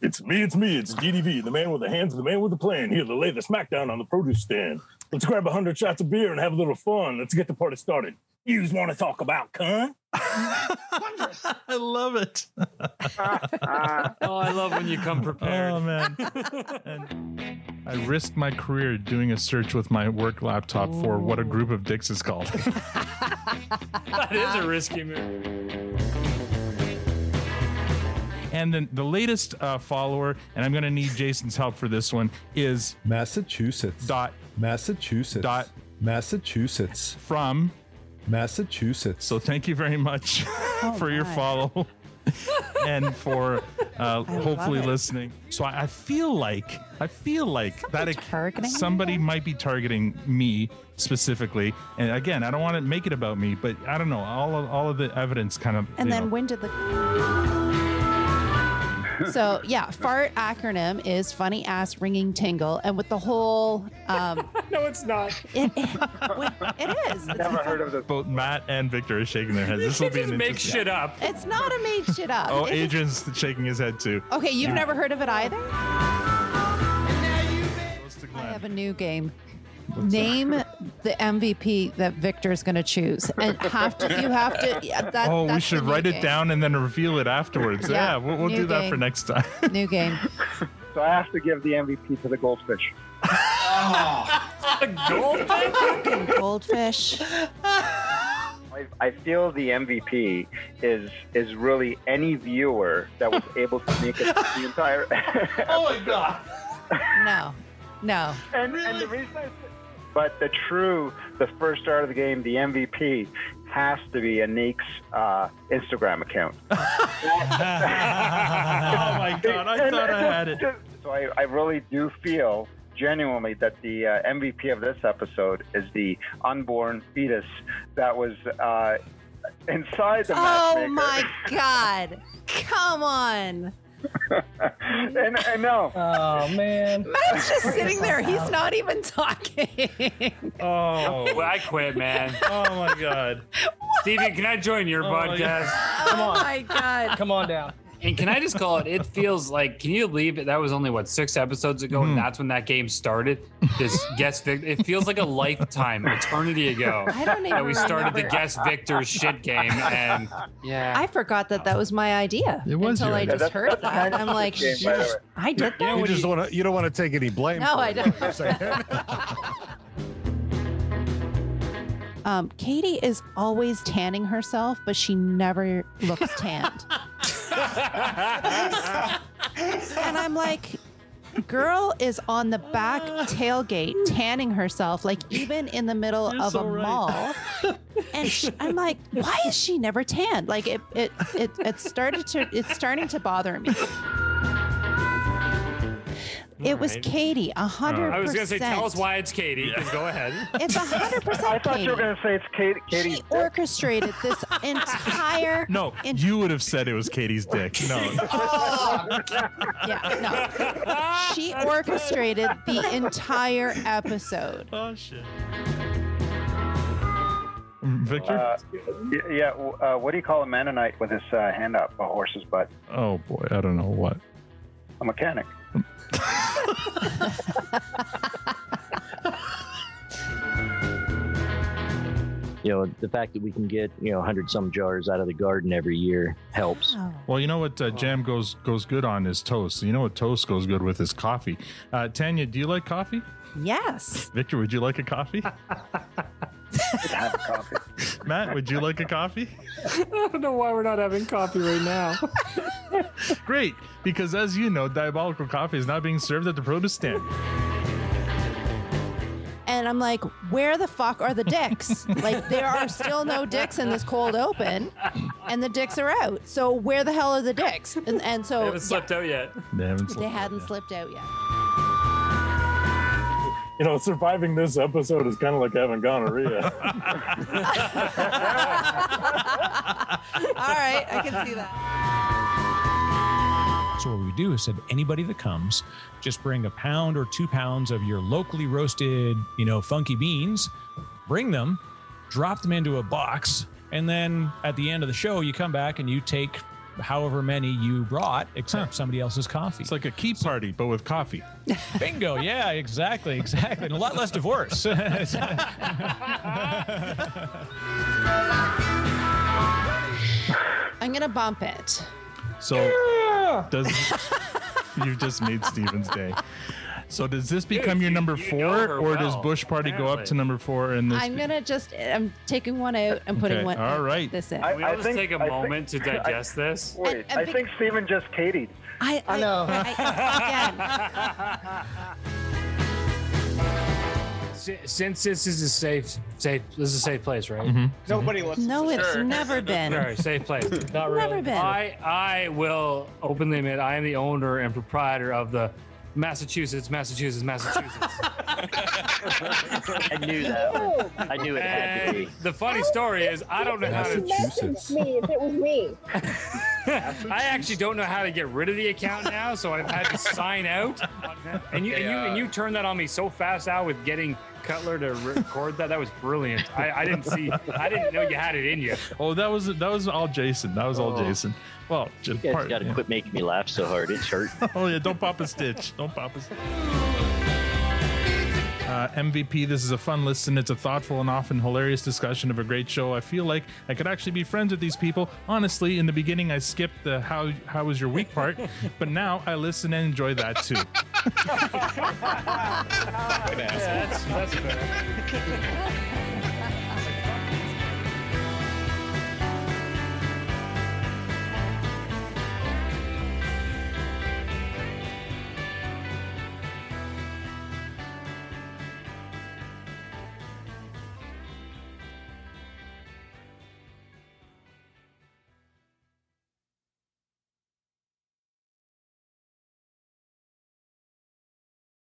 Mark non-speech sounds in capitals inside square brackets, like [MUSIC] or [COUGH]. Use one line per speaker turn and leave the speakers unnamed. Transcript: It's me, it's me, it's DDV, the man with the hands, the man with the plan, here to lay the smackdown on the produce stand. Let's grab a hundred shots of beer and have a little fun. Let's get the party started. Yous want to talk about cunt?
I love it.
Oh, I love when you come prepared.
[LAUGHS] Oh man. [LAUGHS] and I risked my career doing a search with my work laptop for what a group of dicks is [LAUGHS] called.
that is a risky move.
and then the latest uh, follower, and I'm going to need Jason's help for this one, is
Massachusetts.
dot
Massachusetts.
Dot.
Massachusetts.
from.
Massachusetts.
So thank you very much [LAUGHS] for your
Oh, my.
follow [LAUGHS] and for uh, hopefully
it.
listening. So I, I feel like I feel like
Somebody
that ac-
targeting me
somebody
there?
might be targeting me specifically. And again, I don't want to make it about me, but I don't know. All of, all of the evidence kind of
And
you
then
know,
when did the. so, yeah, FART acronym is funny ass ringing tingle. And with the whole. Um,
[LAUGHS] No, it's not.
it, it, it is. It's,
Never heard of this.
both Matt and Victor are shaking their heads. This will
You
be
[LAUGHS] just
an
make
interesting-
shit up.
it's not a made shit up.
Oh,
It is-
Adrian's [LAUGHS] shaking his head too.
Okay, you've never heard of it either?
Goes to
I
Glenn.
have a new game. Name the MVP that Victor's going to choose, and have to you have to. Yeah, that,
oh, we
that's the
should
new
write it
game.
down and then reveal it afterwards.
[LAUGHS] Yeah,
Yeah, we'll, we'll
new
do that
game.
for next time.
New game.
So I have to give the MVP to the goldfish.
Goldfish.
I, I feel the MVP is is really any viewer that was able to make it the entire. [LAUGHS]
my god.
No, no.
and, and the reason I said- but the true, the first start of the game, the MVP has to be Anik's uh, Instagram account.
oh my god, I
And-
thought I had
and-
it.
So I, I really do feel genuinely that the uh, MVP of this episode is the unborn fetus that was uh, inside the
Oh
matchmaker.
my God! Come on.
and I know.
Oh man.
Matt's just sitting there. He's not even talking. [LAUGHS]
Well,
Oh,
I quit, [LAUGHS] man.
oh my god.
Steven, can I join your
Oh my
podcast?
Oh
on.
my God!
Come on down.
And can I just call it? It feels like. Can you believe it? That was only what six episodes ago,
Mhm.
and that's when that game started. [LAUGHS] This guest Victor. It feels like a lifetime, eternity [LAUGHS] ago.
I don't even.
That we started the
remember.
guest Victor shit game, [LAUGHS] and yeah,
I forgot that that was my idea.
It was
until
your
[LAUGHS] I
idea.
just heard
That's- that's
that.
kind of
I'm
the
like,
game, by the way.
I did that.
know
You
what
just
you-
want to. You don't want to take any blame.
No,
for
I
it, is
don't.
what you're saying.
[LAUGHS] Um, Katie is always tanning herself, but she never looks
[LAUGHS]
tanned. and I'm like, girl is on the back tailgate tanning herself, like even in the middle
You're
of
so
a
right.
mall. And sh I'm like, why is she never tanned? Like it, it, it, it started to, it's starting to bother me. It was
Alright.
Katie, a hundred percent.
I was gonna say, tell us why it's Katie. 'cause Go ahead.
It's a hundred percent.
I thought you were
Katie.
going to say it's Kate, Katie's
She orchestrated this entire.
No,
In-
you would have said it was Katie's dick.
[LAUGHS]
No.
Yeah, no. She orchestrated the entire episode.
oh shit. Victor?
Uh, y- yeah, w- uh, what do you call a Mennonite with his uh, hand up a horse's butt?
oh boy, I don't know what.
A mechanic.
[LAUGHS]
you know the fact that we can get you know 100 some jars out of the garden every year helps
Well, you know what uh, jam goes goes good on is toast. You know what toast goes good with is coffee. Uh, Tanya, do you like coffee?
Yes.
Victor, would you like a
[LAUGHS]
coffee?
Should have a coffee.
Matt, would you like a coffee?
I don't know why we're not having coffee right now.
Great, because as you know, diabolical coffee is not being served at the produce stand.
And I'm like, where the fuck are the dicks? Like, there are still no dicks in this cold open, and the dicks are out. So, where the hell are the dicks? And, and
I
so
haven't slept out yet.
They haven't.
they hadn't slipped out yet.
You know, surviving this episode is kind of like having gonorrhea. [LAUGHS]
All right, I can see that.
So what we do is have anybody that comes, just bring a pound or two pounds of your locally roasted, you know, funky beans, bring them, drop them into a box, and then at the end of the show, you come back and you take however many you brought, except somebody else's coffee.
It's like a key party, but with coffee.
Bingo. Yeah, exactly. Exactly. And a lot less divorce.
I'm gonna bump it.
So does [LAUGHS] you've just made Steven's day. So does this become your
you-
number
you
four,
know her
or does
well,
Bush Party go up to
apparently.
number four? And this
I'm gonna just I'm taking one out and putting
Okay,
one
all right.
this in.
I-
we all just take a
I
moment to
I-
digest this.
wait,
I- I
I
think-
think Steven just Katie.
I, I know. again,
Si- Since this is a safe, safe, this is a safe place, right?
Nobody
[LAUGHS]
listens.
no,
to
it's
Sure.
never been.
Sorry, safe place. Not
Never
really.
been.
I I will openly admit I am the owner and proprietor of the Massachusetts, Massachusetts, Massachusetts.
I knew that. I knew it had to
and
be.
the funny story is I don't know how to.
Massachusetts.
me if it was me.
[LAUGHS] I actually don't know how to get rid of the account now, so I've had to sign out. And you and you and you turned that on me so fast out with getting Cutler to record that. That was brilliant. I, I didn't see. I didn't know you had it in you.
oh, that was that was all Jason. That was all
Oh.
Jason. Well, just
You guys
part.
got to
yeah.
quit making me laugh so hard. It's hurt.
[LAUGHS] Oh yeah, don't pop a stitch. Don't pop a stitch. Uh, MVP, this is a fun listen. It's a thoughtful and often hilarious discussion of a great show. I feel like I could actually be friends with these people. Honestly, in the beginning, I skipped the how how was your week
[LAUGHS]
part, but now I listen and enjoy that too.
Yeah, that's, that's fair.